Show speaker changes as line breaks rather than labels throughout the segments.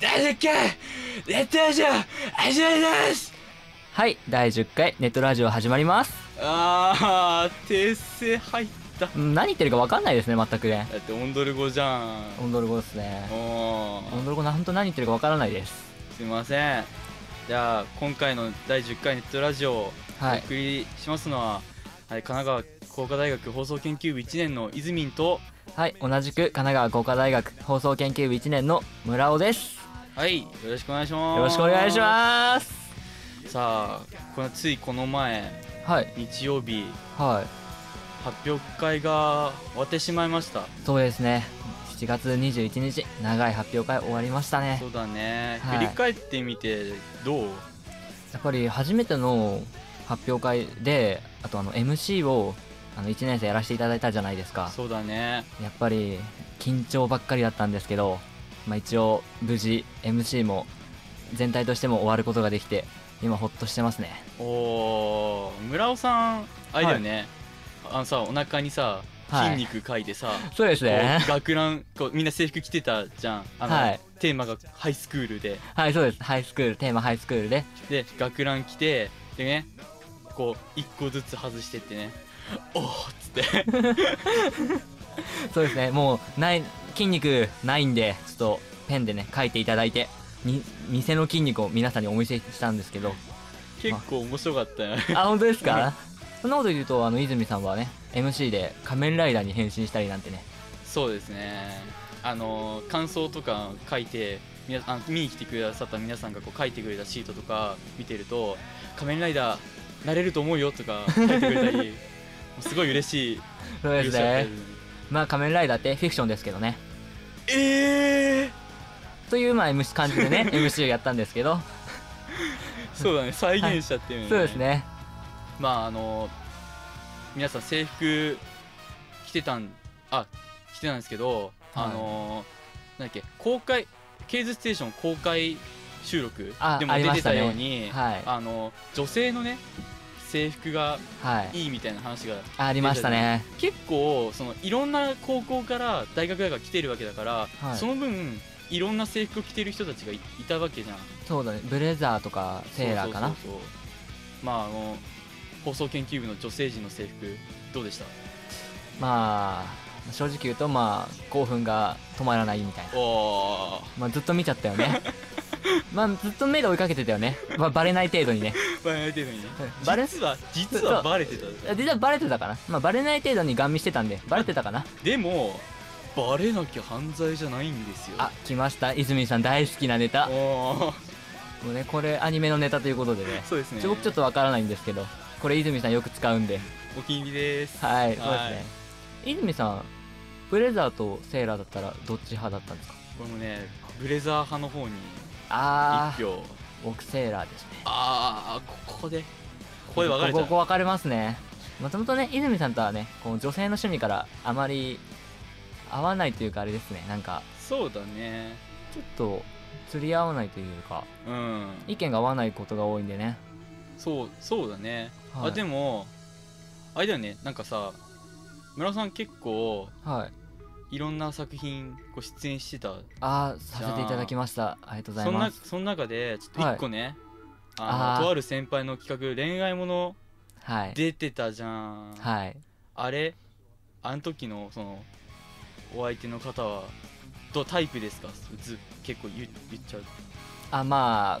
誰かネットラジオ始まります
はい第10回ネットラジオ始まります
あー訂正入っただ
うん何言ってるか分かんないですね全くね
ってオンドル語じゃん
オンドル語ですね
お
オンドル語な本当何言ってるか分からないです
すいませんじゃあ今回の第10回ネットラジオをお
はい
送りしますのは、はい神奈川工科大学放送研究部1年のいずみんと
はい同じく神奈川工科大学放送研究部1年の村尾です
はいよろしくお願いします
よろしくお願いします
すさあこのついこの前
はい
日曜日
はい
発表会が終わってしまいました
そうですね7月21日長い発表会終わりましたね
そうだね、
はい
振り返ってみてどう
やっぱり初めての発表会であとあの MC をあの1年生やらせていただいたじゃないですか
そうだね
やっぱり緊張ばっかりだったんですけど、まあ、一応無事 MC も全体としても終わることができて今ほっとしてますね
おー村尾さんあれだよね、あのさお腹にさ
はい
筋肉かいてさ、
そうですね
こう学ランこうみんな制服着てたじゃんあの、
はい
テーマがハイスクールで
はいそうですハイスクールテーマハイスクールで
で学ラン着てでねこう一個ずつ外してってねおーっつって
そうですねもうない筋肉ないんでちょっとペンでね書いていただいてに店の筋肉を皆さんにお見せしたんですけど
結構面白かったよね
あ本当ですかそんなこと言うとあの泉さんはね MC で仮面ライダーに変身したりなんてね
そうですねあの感想とか書いてみなあ見に来てくださった皆さんがこう書いてくれたシートとか見てると「仮面ライダーなれると思うよ」とか書いてくれた りもうすごい嬉しい
そうです
嬉しかった
ねまあ仮面ライダーってフィクションですけどね
ええ
というまあ MC 感じで ね MC をやったんですけど
そうだね再現しちゃってるよ
そうですね
まああの皆さん制服着てたんあ着てたんですけど、
はい
あのなんだっけ公開「ケーズステーション」公開収録
あ
でも
あり
出
ま
て
した
た
ね
ように
はい
あの女性のね制服が
はい
いいみたいな話が
ありましたね
結構そのいろんな高校から大学だから来てるわけだから、
はい
その分いろんな制服を着てる人たちがいいたわけじゃん
そうだねブレザーとかセーラーかな
そうそうそうそうまああの放送研究部の女性陣の制服どうでした
まあ正直言うとまあ興奮が止まらないみたいな、
おー
まあ、ずっと見ちゃった よねまあずっと目で追いかけてたよね、まあ、バレない程度にね
バレてるのにね
バレ
実は実はバレてた
あ実はバレてたかな、まあ、バレない程度にガン見してたんでバレてたかな
でもバレなきゃ犯罪じゃないんですよ
あ来ました泉さん大好きなネタも
おー
うねこれアニメのネタということでね
そうですね
ちょ僕ちょっとわからないんですけどこれ泉さんよく使うんで
お気に入りです
はい、そうです
はい
ね。泉さん、ブレザーとセーラーだったらどっち派だったんですか
これもねブレザー派の方に
あ
一
ー、
票
僕セーラーですね。
ああここでここで分かれちゃ
こ
う
ここ分かれますね。もともとね、泉さんとはね、こう女性の趣味からあまり合わないというかあれですね、なんか、
そうだね
ちょっと釣り合わないというか、
うん
意見が合わないことが多いんでね。
そうそうだね、
は
あ
い
でもあれだよねなんかさ村尾さん結構
はい。
いろんな作品こう出演してた
あー、させていただきました。ありがとうござ
そ
い
ん
ま
な
す。
その中でちょっと一個ね、あ
あー
のとある先輩の企画恋愛もの
はい。
出てたじゃん、
はい。
あれあの時のそのお相手の方はどうタイプですかず結構言う言っちゃう
あまあ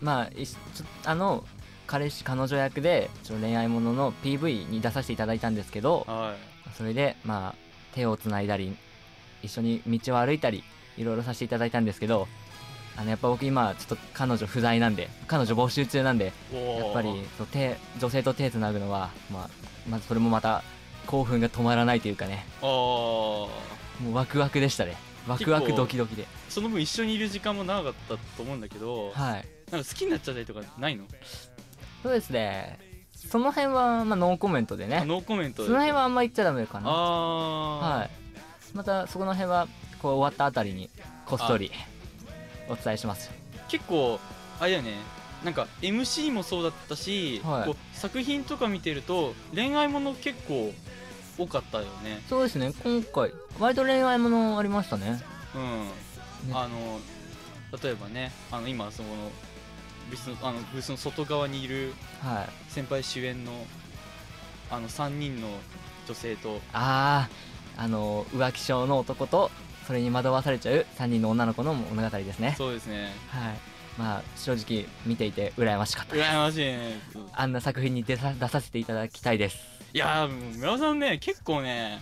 まあいしちょあの彼氏彼女役でちょ恋愛ものの PV に出させていただいたんですけど
はい
それでまあ手をつないだり一緒に道を歩いたりいろいろさせていただいたんですけどあのやっぱ僕今ちょっと彼女不在なんで彼女募集中なんで
おー
やっぱりそう手女性と手つなぐのは、まあ、まずそれもまた興奮が止まらないというかね
ああ
もうワクワクでしたねワクワク
結構
ドキドキで
その分一緒にいる時間も長かったと思うんだけど、
はい
なんか好きになっちゃったりとかないの、
そうですねその辺は、まあ、ノーコメントでね
あノーコメント
そ
で
の辺はあんま言っちゃダメかな。
あ
はい。またそこの辺はこう終わったあたりにこっそりお伝えします。
ー結構あれだよねなんか MC もそうだったし、
はい
こう作品とか見てると恋愛もの結構多かったよね
そうですね。今回割と恋愛ものありましたね。
うんあの例えばねあの今そのブースのあのブースの外側にいる
はい
先輩主演のあの3人の女性と
あああの浮気症の男とそれに惑わされちゃう3人の女の子の物語ですね
そうですね
はいまあ正直見ていて羨ましかった
羨ましいね
あんな作品に出さ出させていただきたいです
いやーもう村尾さんね結構ね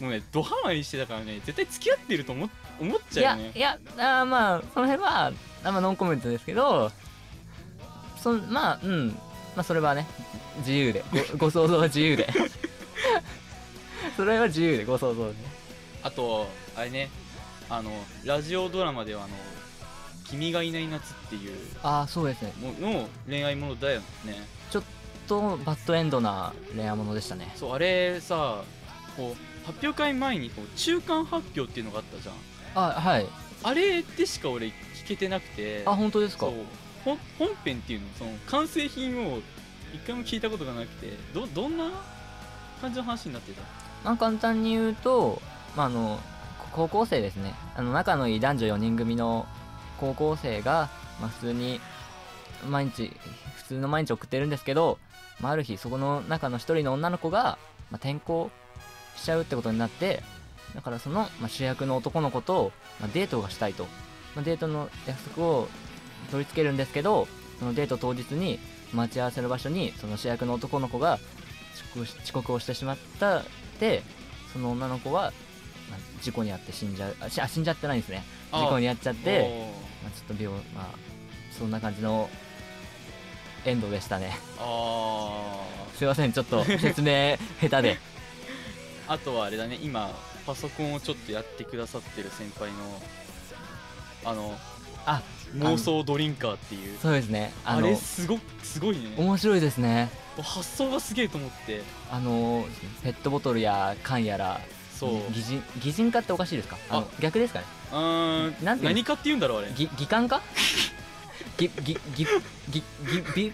もうねドハマりしてたからね絶対付き合ってると思っ思っ
い
ちゃ
や
うよね
いやあーまあその辺はあんまノンコメントですけどそんまあうんまあそれはね自由で ごご想像は自由でそれは自由でご想像で
あとあれねあのラジオドラマではあの「君がいない夏」っていう
ああそうですね
もの恋愛ものだよね
とバッドエンドなレアものでしたね
そうあれさこう発表会前にこう中間発表っていうのがあったじゃん
あはい
あれでしか俺聞けてなくて
あ本当ですか
そうほん本編っていうのその完成品を一回も聞いたことがなくてどどんな感じの話になってた
まあ、簡単に言うと、まあ、あのこ高校生ですねあの仲のいい男女4人組の高校生が、まあ、普通に毎日普通の毎日送ってるんですけど、まあ、ある日そこの中の1人の女の子が、まあ、転校しちゃうってことになってだからその、まあ、主役の男の子と、まあ、デートがしたいと、まあ、デートの約束を取り付けるんですけどそのデート当日に待ち合わせの場所にその主役の男の子が遅刻し遅刻をしてしまったでその女の子は、まあ、事故に遭って死んじゃうあしあ死んじゃってないんですね事故に遭っちゃって、まあ、ちょっと病まあそんな感じのエンドでしたね
あーあ
すいませんちょっと説明下手で
ーあとはあれだね今パソコンをちょっとやってくださってる先輩のあの
あ
妄想ドリンカーっていう
そうですね
あ
あの
れすごすごいね
面白いですね
発想がすげえと思って
あのペットボトルや缶やら
そう
擬人擬人化っておかしいですかあの逆ですかね
うーん
なんていうの
何かって言うんだろうあれ
ぎ擬感化ぎぎぎぎぎ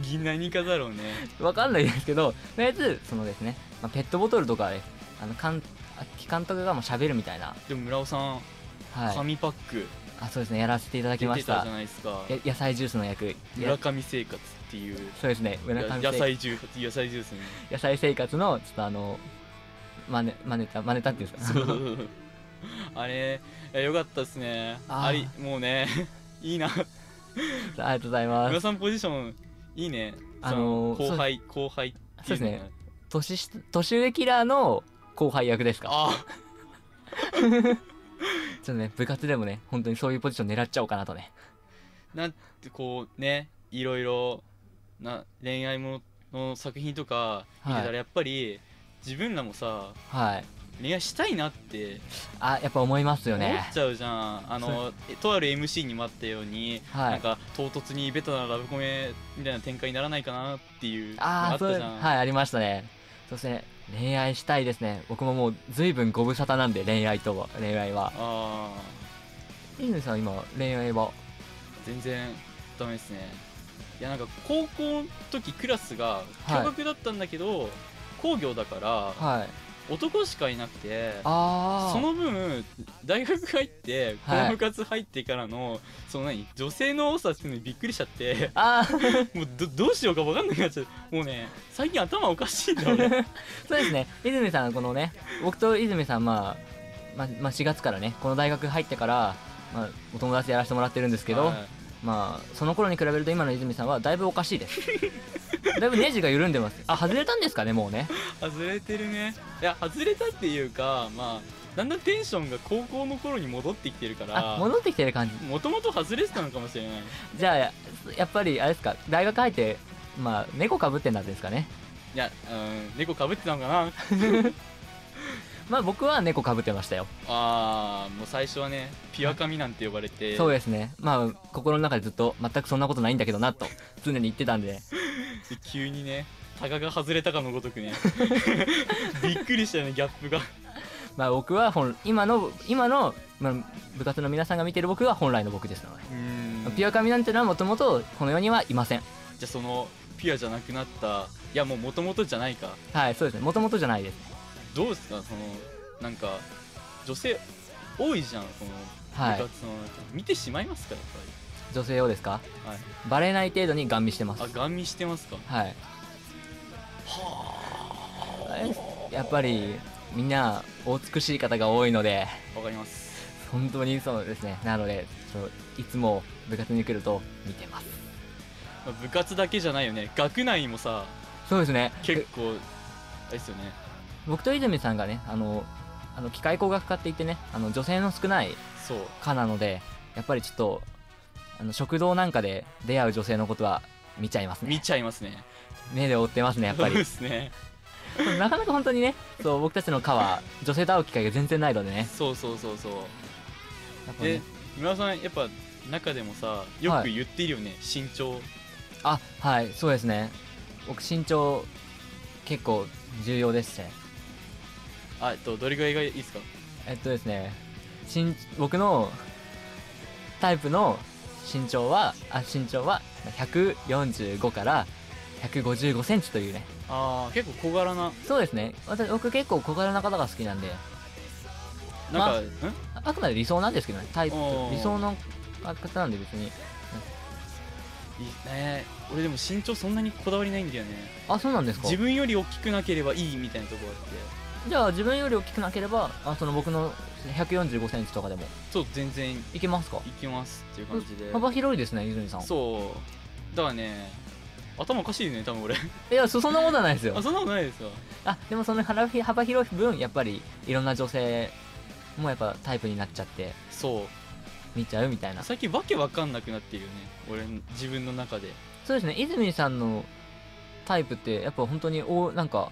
ぎ何かだろうね
わかんないですけど、とりあえず、そのですね、まあ、ペットボトルとかで、あの、かん、あ監督がもう喋るみたいな、
でも村尾さん
はい。
紙パック
あ、そうですね、やらせていただき
出
ま
て
したた
じゃ。ないですか
や野菜ジュースの役。
村
や
上生活っていう
そうですね、村上
や
生
野菜ジュース野菜ジュース に
野菜生活の、ちょっとあの、真似、真似た、真似たっていうんです
そ
か。
うあれいやよかったですね
あー
ありもうね いいな
ありがとうございま
村
す。
さんポジションいいね
あのー
そ後輩後輩っていうのが
そうですね年し、年上キラーの後輩役ですか。
あ
ちょっとね、部活でもね、本当にそういうポジション狙っちゃおうかなとね。
ーなんてこうねいろいろな恋愛ものの作品とか見てたら
はい
やっぱり自分らもさ
はい。
恋愛したいなって
あ、やっぱ思いますよ
思
ね
っ。ちゃうじゃんあのえとある MC にもあったようにな
は
ん
い。
か唐突にベタなラブコメみたいな展開にならないかなっていうのが
あ
あ
あ
っ
そう
た
です
じゃん、
はいありましたねそして恋愛したいですね僕ももう随分ご無沙汰なんで恋愛とは恋愛は
ああ
いのさん今恋愛は
全然ダメですねいやなんか高校の時クラスが
はい
共学だったんだけど、工業だから、
はい
男しかいなくて
ああ
その分大学入ってこ
はい
の部活入ってからの、その何女性の多さっていうのにびっくりしちゃって
ああ
もうどどうしようか分かんなくなっちゃうもうね最近頭おかしいんだ俺
そうですね泉さんこのね僕と泉さんまあまあ、まあ、4月からねこの大学入ってから、まあ、お友達やらせてもらってるんです けど、
はい
まあその頃に比べると今の泉さんはだいぶおかしいですだいぶネジが緩んでますあ外れたんですかねもうね
外れてるねいや外れたっていうかまあだんだんテンションが高校の頃に戻ってきてるか
あ
ら
戻ってきてる感じ
もともと外れてたのかもしれない
じゃあややっぱりあれですか大学入ってまあ猫かぶってんだったんですかね
いや、うん、猫かぶってたのかな
まあ僕は猫かぶってましたよ
あーもう最初はねピュア髪なんて呼ばれて
そうですねまあ心の中でずっと全くそんなことないんだけどなと常に言ってたんで
で急にねタガが外れたかのごと くねびっくりしたよねギャップが
まあ僕は本今の今の、まあ、部活の皆さんが見てる僕は本来の僕ですので、
うん
ピ
じ
ュ
ゃ
ア神なんてのはもともとこの世にはいません
あそのピュアじゃなくなったいやもうもともとじゃないか
はいそうですねもともとじゃないです
どうですかそのなんか女性多いじゃんこの
は
部
い
活の中見てしまいますかやっ
女性をですか
ぱり、
バレない程度にガン見してます
はい、あガン見してますか
はいえやっぱりみんなお美しい方が多いので
わかります
本当にそうですねなのでちょいつも部活に来ると見てます
まあ部活だけじゃないよね学内もさ
そうですね
結構あれですよね
僕と泉さんがねあのあの機械工学科って言ってねあの女性の少ない
そう
科なのでやっぱりちょっとあの食堂なんかで出会う女性のことは見ちゃいます
見
ね
ちゃいますね
目で追ってますねやっぱ
そう で
り
すね
なかなか本当にねそう僕たちの科は女性と会う機会が全然ないのでね
そうそうそうそう
やっぱ
で
ね
今田さんやっぱ中でもさよく言っているよね、身長
あはいそうですね僕身長結構重要でして
あえっとどれぐらいがいいですか
えっとですね身僕のタイプの身長はあ身長は145から155センチというね
あー結構小柄な
そうですね私僕結構小柄な方が好きなんで
なんか、
まあ
ん
ああくまで理想なんですけどねタイプ
おー
理想の方なんで別に
いいね俺でも身長そんなにこだわりないんだよね
あそうなんですか
自分より大きくなければいいみたいなところあって
じゃあ自分より大きくなければあその僕の145センチとかでも
そう全然い
いけますか
けますっていう感じで
幅広いですね泉さん
そうだからね頭おかしいね多分俺
いやそそん なことはないですよ
あそんなことないですよ
あでもその幅広幅広い分やっぱりいろんな女性もやっぱタイプになっちゃって
そう
見ちゃうみたいな
最近わけわかんなくなっているよね俺自分の中で
そうですね泉さんのタイプってやっぱ本当におなんか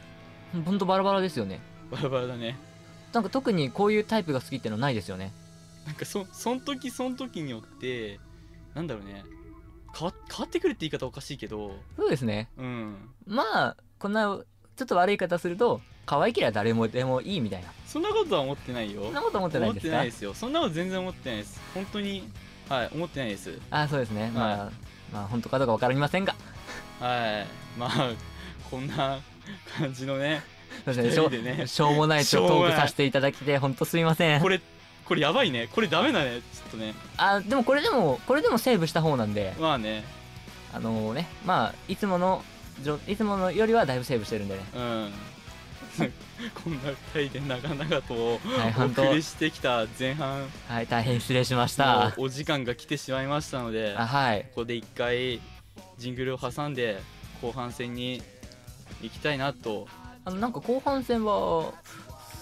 ほんとバラバラですよね
バラバラだね
なんか特にこういうタイプが好きってのはないですよね
なんかそその時その時によってなんだろうね変わ変わってくるって言い方おかしいけど
そうですね
うん
まあこんなちょっと悪い言い方すると可愛いけりゃ誰もでもいいみたいな
そんなことは思ってないよ
そんなこと思ってない
思っ
んです
て
か
ないですよそんなこと全然思ってないです本当にはい思ってないです
あそうですね、まあまあ本当かどうか分かりませんが
はいまあこんな感じのね
そうですねし
一
ょ
人でね
しょうもない
し
ト
ょうもない
ークさせていただきて本当すみません
これこれやばいねこれダメだねちょっとね
あでもこれでもこれでもセーブした方なんで
まあね
あのねまあいつものじょいつものよりはだいぶセーブしてるんでね
うん こんな二人で長々とお
はい本当
送りしてきた前半
はい大変失礼しました
のお時間が来てしまいましたので
あはい
ここで一回ジングルを挟んで後半戦に行きたいなと
あのなんか後半戦は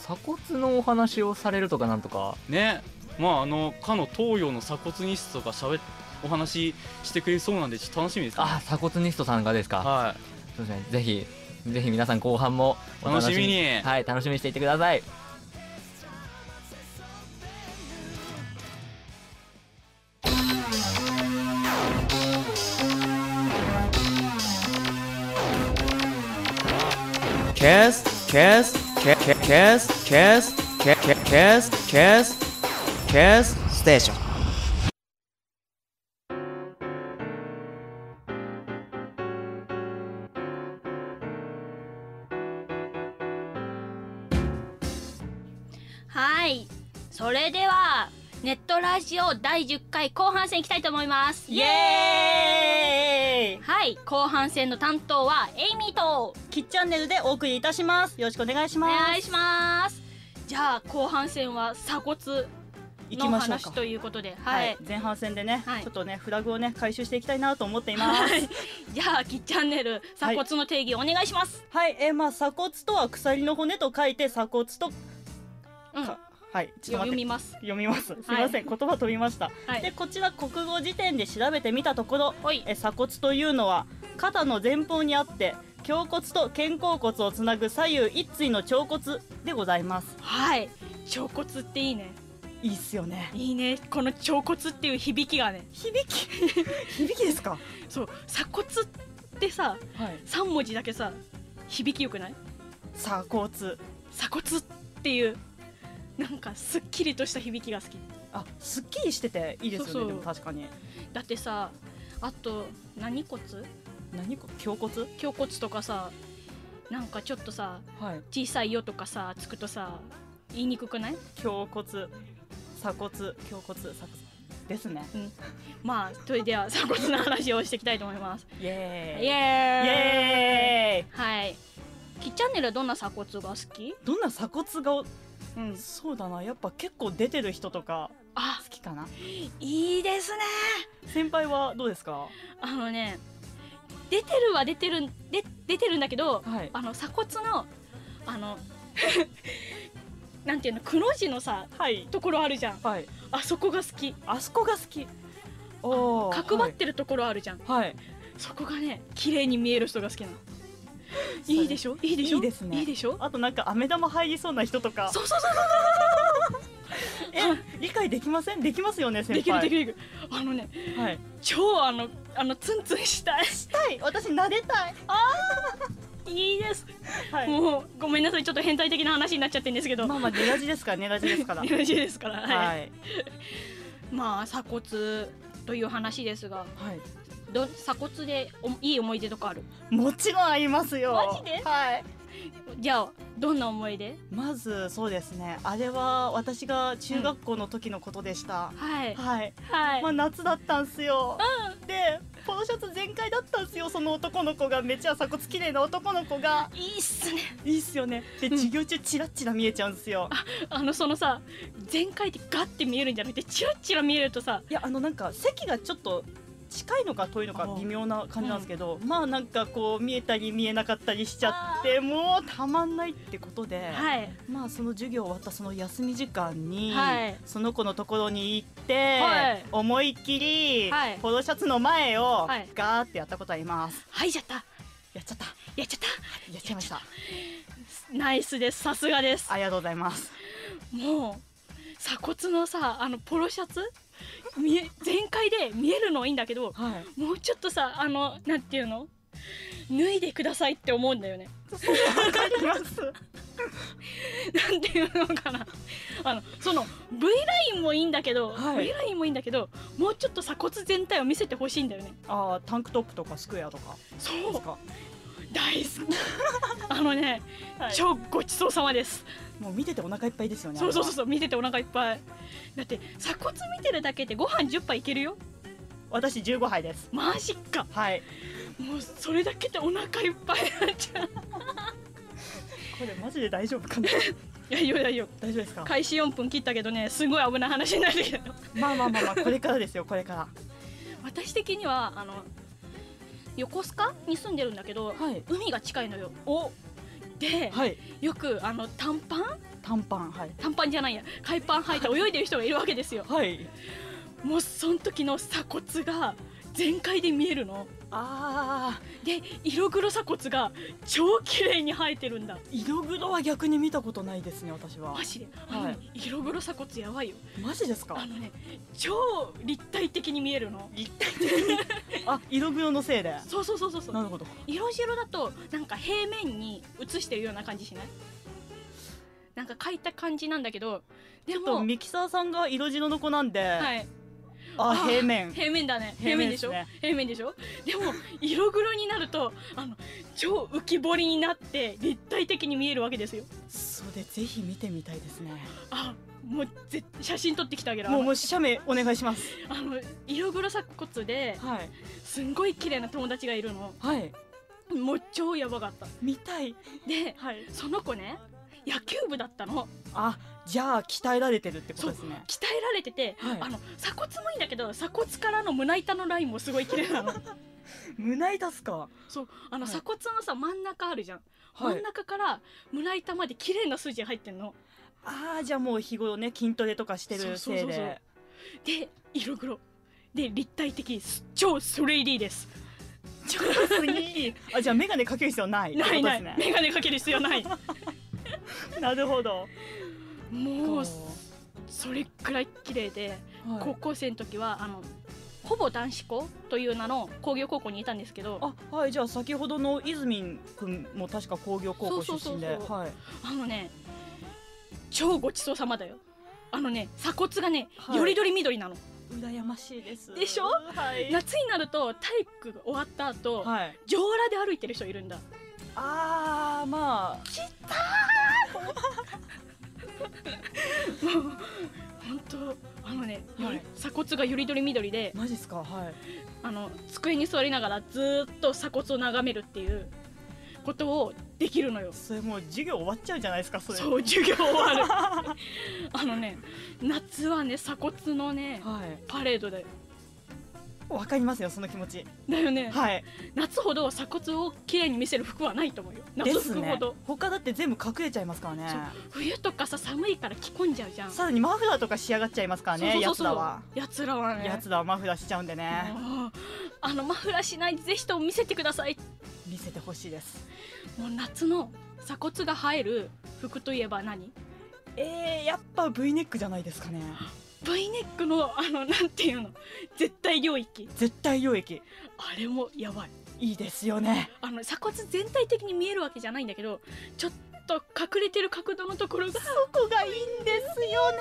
鎖骨のお話をされるとかなんとか
ねまああのかの東洋の鎖骨ニストがしゃべお話ししてくれそうなんでちょっと楽しみですね
あ鎖骨ニストさんがですか
は
そうですねぜひぜひ皆さん後半も
い楽しみに
はい楽しみにしていてください
キスキスキキキスキスキキキスキスキスステーション
はい。それでは、ネットラジオ第10回後半戦いきたいと思います。イ
エーイ
はい。後半戦の担当は、エイミーと、
キッチャンネルでお送りいたします。よろしくお願いし
お
ます。
願いします。じゃあ、後半戦は鎖骨
行き
の
ましょう
話
か。
ということで、は。
はいい、前半戦でね、
はい
ちょっとねフラグをね回収していきたいなと思っています。はい、
じゃあ、キッチャンネル、鎖骨の定義お願いします。
えーまあ鎖骨とは鎖の骨と書いて鎖骨と
うん。
かはいちょっと待
読
っ
み
て
ます。
読みます。すみません、言葉飛びました。
は
で
い。
こちら国語辞典で調べてみたところ、
おい
え。ー鎖骨というのは肩の前方にあって胸骨と肩甲骨をつなぐ左右一対の腸骨でございます。
はい。腸骨っていいね。
いいっすよね。
いいね。この腸骨っていう響きがね。
響き響きですか。
そう。鎖骨ってさ、
はい。
3文字だけさ、響きよくない
鎖骨
鎖骨っていうなんかすっきりとした響きが好き
あすっきりしてていいですよね
そうそう
でも確かに
だってさあと何骨
何こ胸骨
胸骨とかさなんかちょっとさ
はい
小さいよとかさつくとさ言いにくくない
胸骨鎖骨胸骨鎖骨ですね
まあそれでは 鎖骨の話をしていきたいと思います
イエーイ
イ
イ
エーイ
エー
はいキッチャンネルはどんな鎖骨が好き
イどんな鎖骨がお
うん
そうだなやっぱ結構出てる人とか
あ
好きかない
いですね
先輩はどうですか
あのね出てるは出てるんで出てるんだけど
はい
あの鎖骨のあの なんていうのくの字のさ
はい
ところあるじゃん
はい
あそこが好き
あそこが好きおー
角張ってるところあるじゃん、
はい、はい、
そこがね綺麗に見える人が好きなのいいでしょいいでしょ
いいですね
いいでしょ
あとなんか飴玉入りそうな人とか
そうそうそう
え理解できませんできますよね
で
先
きる
輩
できるできるあのね
きるはい
超あのあのツンツンしたい
したい私撫でたい
いいです、
はい
もうごめんなさいちょっと変態的な話になっちゃってるんですけど
まあまあ出がちですからね出がち ですから
よろしいですからはい、
はい
まあ鎖骨という話ですが
はい
ど鎖骨でおいい思い出とかある
もちろんありますよ
マジで
はい
じゃあどんな思い出
まずそうですねあれは私が中学校の時のことでした、
はい
はい、
はい、
まあ夏だったんすよ、でポロシャツ全開だったんすよその男の子がめちゃ鎖骨綺麗な男の子が
いいっすね
いいっすよねで
うん
授業中チラッチラ見えちゃうんすよ
あのそのさ全開ってガッて見えるんじゃなくてチラッチラ見えるとさ
いやあのなんか席がちょっと近いのか遠いのか
あー
微妙な感じなんですけど、まあなんかこう見えたり見えなかったりしちゃってもうたまんないってことで、
はい
まあその授業終わったその休み時間に、
はい
その子のところに行って、
はい
思いっきり、
はい
ポロシャツの前を
はい
ガーってやったことあります、
はいじゃった
やっちゃった
やっちゃっ
やっちゃいました
たナイスですさすがです
ありがとうございます
もう鎖骨のさあのポロシャツ見え全開で見えるのはいいんだけど
はい
もうちょっとさあのなんていうの脱いでくださいって思うんだよね
わかり ます
なんていうのかなあのその V ラインもいいんだけど、
はい
V ラインもいいんだけどもうちょっと鎖骨全体を見せてほしいんだよね
あータンクトップとかスクエアとか
そう
ですか、
大 好きあのね、
はい
超ごちそうさまです
もう見ててお腹いっぱいですよね
そうそうそう
う
そう見ててお腹いっぱいだって鎖骨見てるだけでご飯10杯いけるよ
私15杯です
マジか
はい
もうそれだけでお腹いっぱいになっち ゃう
これマジで大丈夫 かな
いやいやいやいや
大丈夫ですか
開始4分切ったけどねすごい危ない話になってきた
まあまあまあまあこれからですよこれか
私的にはあの横須賀に住んでるんだけど、
らはい
海が近いのよおで、
はい
よくあの短パン
短パンはい
短パンじゃないや海パン履いて泳いでる人がいるわけですよ
はい
もうその時の鎖骨が全開で見えるの
あ
で色黒鎖骨が超綺麗に生えてるんだ
ー色黒は逆に見たことないですね私は
マジであのね、
はい
色黒鎖骨やばいよ
マジです
あ
か
のね超立体的に見えるの
立体的にあ色黒のせいでな
そうそうそうそうそう
るほど
色白だとなんか平面に映してるような感じしないなんか描いた感じなんだけどで
ちょっと
も
ミキサーさんが色白の子なんで、
はい
あ
あ
平面
平面だね
平
平
面
面
で
でし
す
ょ
ね
平面でしょでも色黒になるとあの超浮き彫りになって立体的に見えるわけですよ
それぜひ見てみたいですね
あもうぜ写真撮ってきてあげるあ
もうも
の
う写メお願いします
あの色黒鎖骨で
はい
すんごい綺麗な友達がいるの
はい
もう超やばかった
見たい
で
はい
その子ね野球部だったの
あじゃあ鍛えられてるってことですね
鍛えられてて、
はい
あの鎖骨もいいんだけど鎖骨からの胸板のラインもすごい綺麗 なの
胸板っすか
そうあの
はい
鎖骨のさ真ん中あるじゃん、
は
真
い
ん中から胸板まで綺麗な筋が入ってんの
ああじゃあもう日頃ね筋トレとかしてるせい
そうそうそう
で
で色黒で立体的す超 3D です
ちょっとすぎあじゃあ眼鏡かける必要ないってこ
な
とで
い
す
ない、
ね
眼鏡かける必要ない
なるほど
もうそれくらい綺麗で、
はい
高校生の時はあのほぼ男子校という名の工業高校にいたんですけどあ
あはいじゃあ先ほどの泉くんも確か工業高校
そうそ
出身で
うそうそう
はい
のね超ごちそうさまだよあのね鎖骨がね、
はい
よりどり緑なの
羨ましいです
でしょ
はい
夏になると体育が終わった後、
はい
上裸で歩いてる人いるんだ
あーまあ
本当あのね、
はい
鎖骨がよりどり緑で
マジっすかはい
あの机に座りながらずーっと鎖骨を眺めるっていうことをできるのよ
それもう授業終わっちゃうじゃないですかそれ
そう授業終わるあのね夏はね鎖骨のね
はい
パレードだよ
わかりますよその気持ち
だよね、
はい
夏ほど鎖骨を綺麗に見せる服はないと思うよ
で
夏
す
服
ね
ほど、
他だって全部隠れちゃいますからね
冬とかさ寒いから着込んじゃうじゃん
さらにマフラーとか仕上がっちゃいますからねやつらは
やつらはね
やつらはマフラーしちゃうんでね
もうあのマフラーしないぜひとも見せてください
見せてほしいです
もう夏の鎖骨が生える服といえば何
えー、やっぱ V ネックじゃないですかね
V ネックのあのなんていうの絶対領域
絶対溶液
あれもやばい
いいですよね
あの鎖骨全体的に見えるわけじゃないんだけどちょっと隠れてる角度のところが
ここがいいんですよね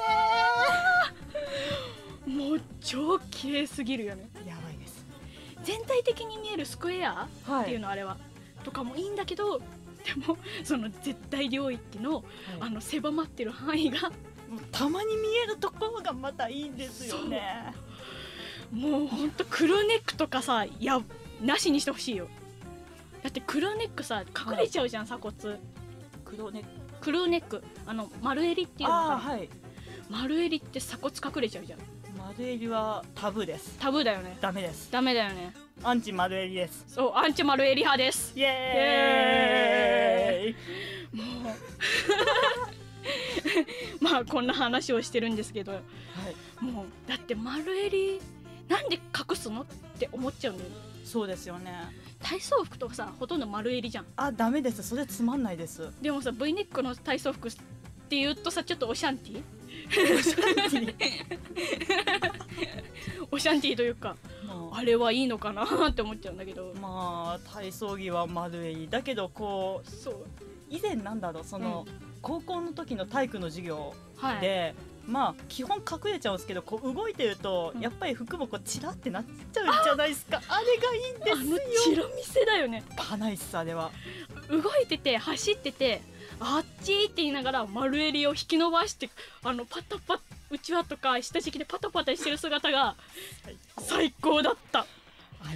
もう超綺麗すぎるよね
やばいです
全体的に見えるスクエアっ
は
ていうのあれはとかもいいんだけどでもその絶対領域のあの狭まってる範囲が
たまに見えるところがまたいいんですよね
もうほんとクルーネックとかさやなしにしてほしいよだってクルーネックさ隠れちゃうじゃん、鎖骨
黒ネック
クルーネックあの丸襟っていうの
ああ
が
はい
丸襟って鎖骨隠れちゃうじゃん
丸襟はタブーです
タブーだよね
ダメです
ダメだよね
アンチ丸襟です
そうアンチ丸襟派です
イエーイ
もうまあこんな話をしてるんですけど
はい
もうだって丸襟なんで隠すのって思っちゃうんだよね
そうですよね
体操服とかさほとんど丸襟じゃん
あダメですそれつまんない です
でもさ V ネックの体操服って言うとさちょっとオシャンティ オシャンティというか
ま
あれはいいのかなって思っちゃうんだけど
あ、まあ体操着は丸襟だけどこう
そう
以前なんだろうその、高校の時の体育の授業
はい
で、まあ基本隠れちゃうんですけどこう動いてると、
うん
やっぱり服もこうチラってなっちゃうじゃないですかあれがいいん
あの
です
チ
よ
ラ見せだよね
パナイスあれは
動いてて走っててあっちって言いながら丸襟を引き伸ばしてあのパタパタうちわとか下敷きでパタパタしてる姿が最高だった
あ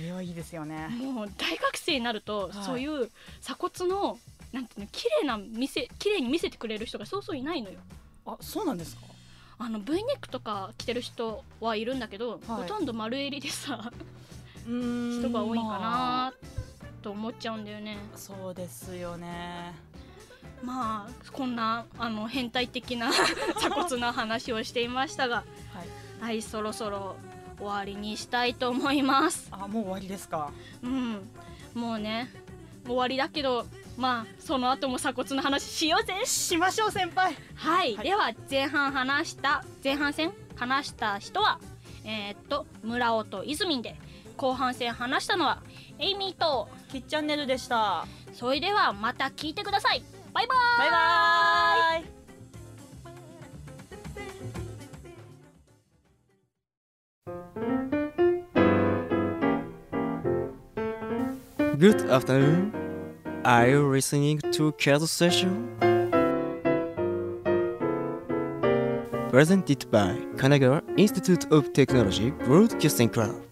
れはいいですよね
もう大学生になると、
はい
そういう鎖骨のなんていうの綺麗な見せ綺麗に見せてくれる人がそうそういないのよ
あそうなんですか
あの V ネックとか着てる人はいるんだけど、
はい
ほとんど丸襟でさ
うーん
人が多いか
ま
なと思っちゃうんだよね
あそうですよね
まあこんなあの変態的 な鎖骨な話をしていましたが
はい
はいそろそろ終わりにしたいと思います
あもう終わりですか
うんもうね終わりだけどまあその後も鎖骨の話しようぜ
しましょう先輩
はい、
はい
では前半話した前半戦話した人はえーっと村尾とイズミンで後半戦話したのはエイミーと
キッチャンネルでした
それではまた聞いてくださいバイバーイ
バイバーイ
Good afternoon. Are you listening to Cat Session? Presented by Kanagawa Institute of Technology Broadcasting Club.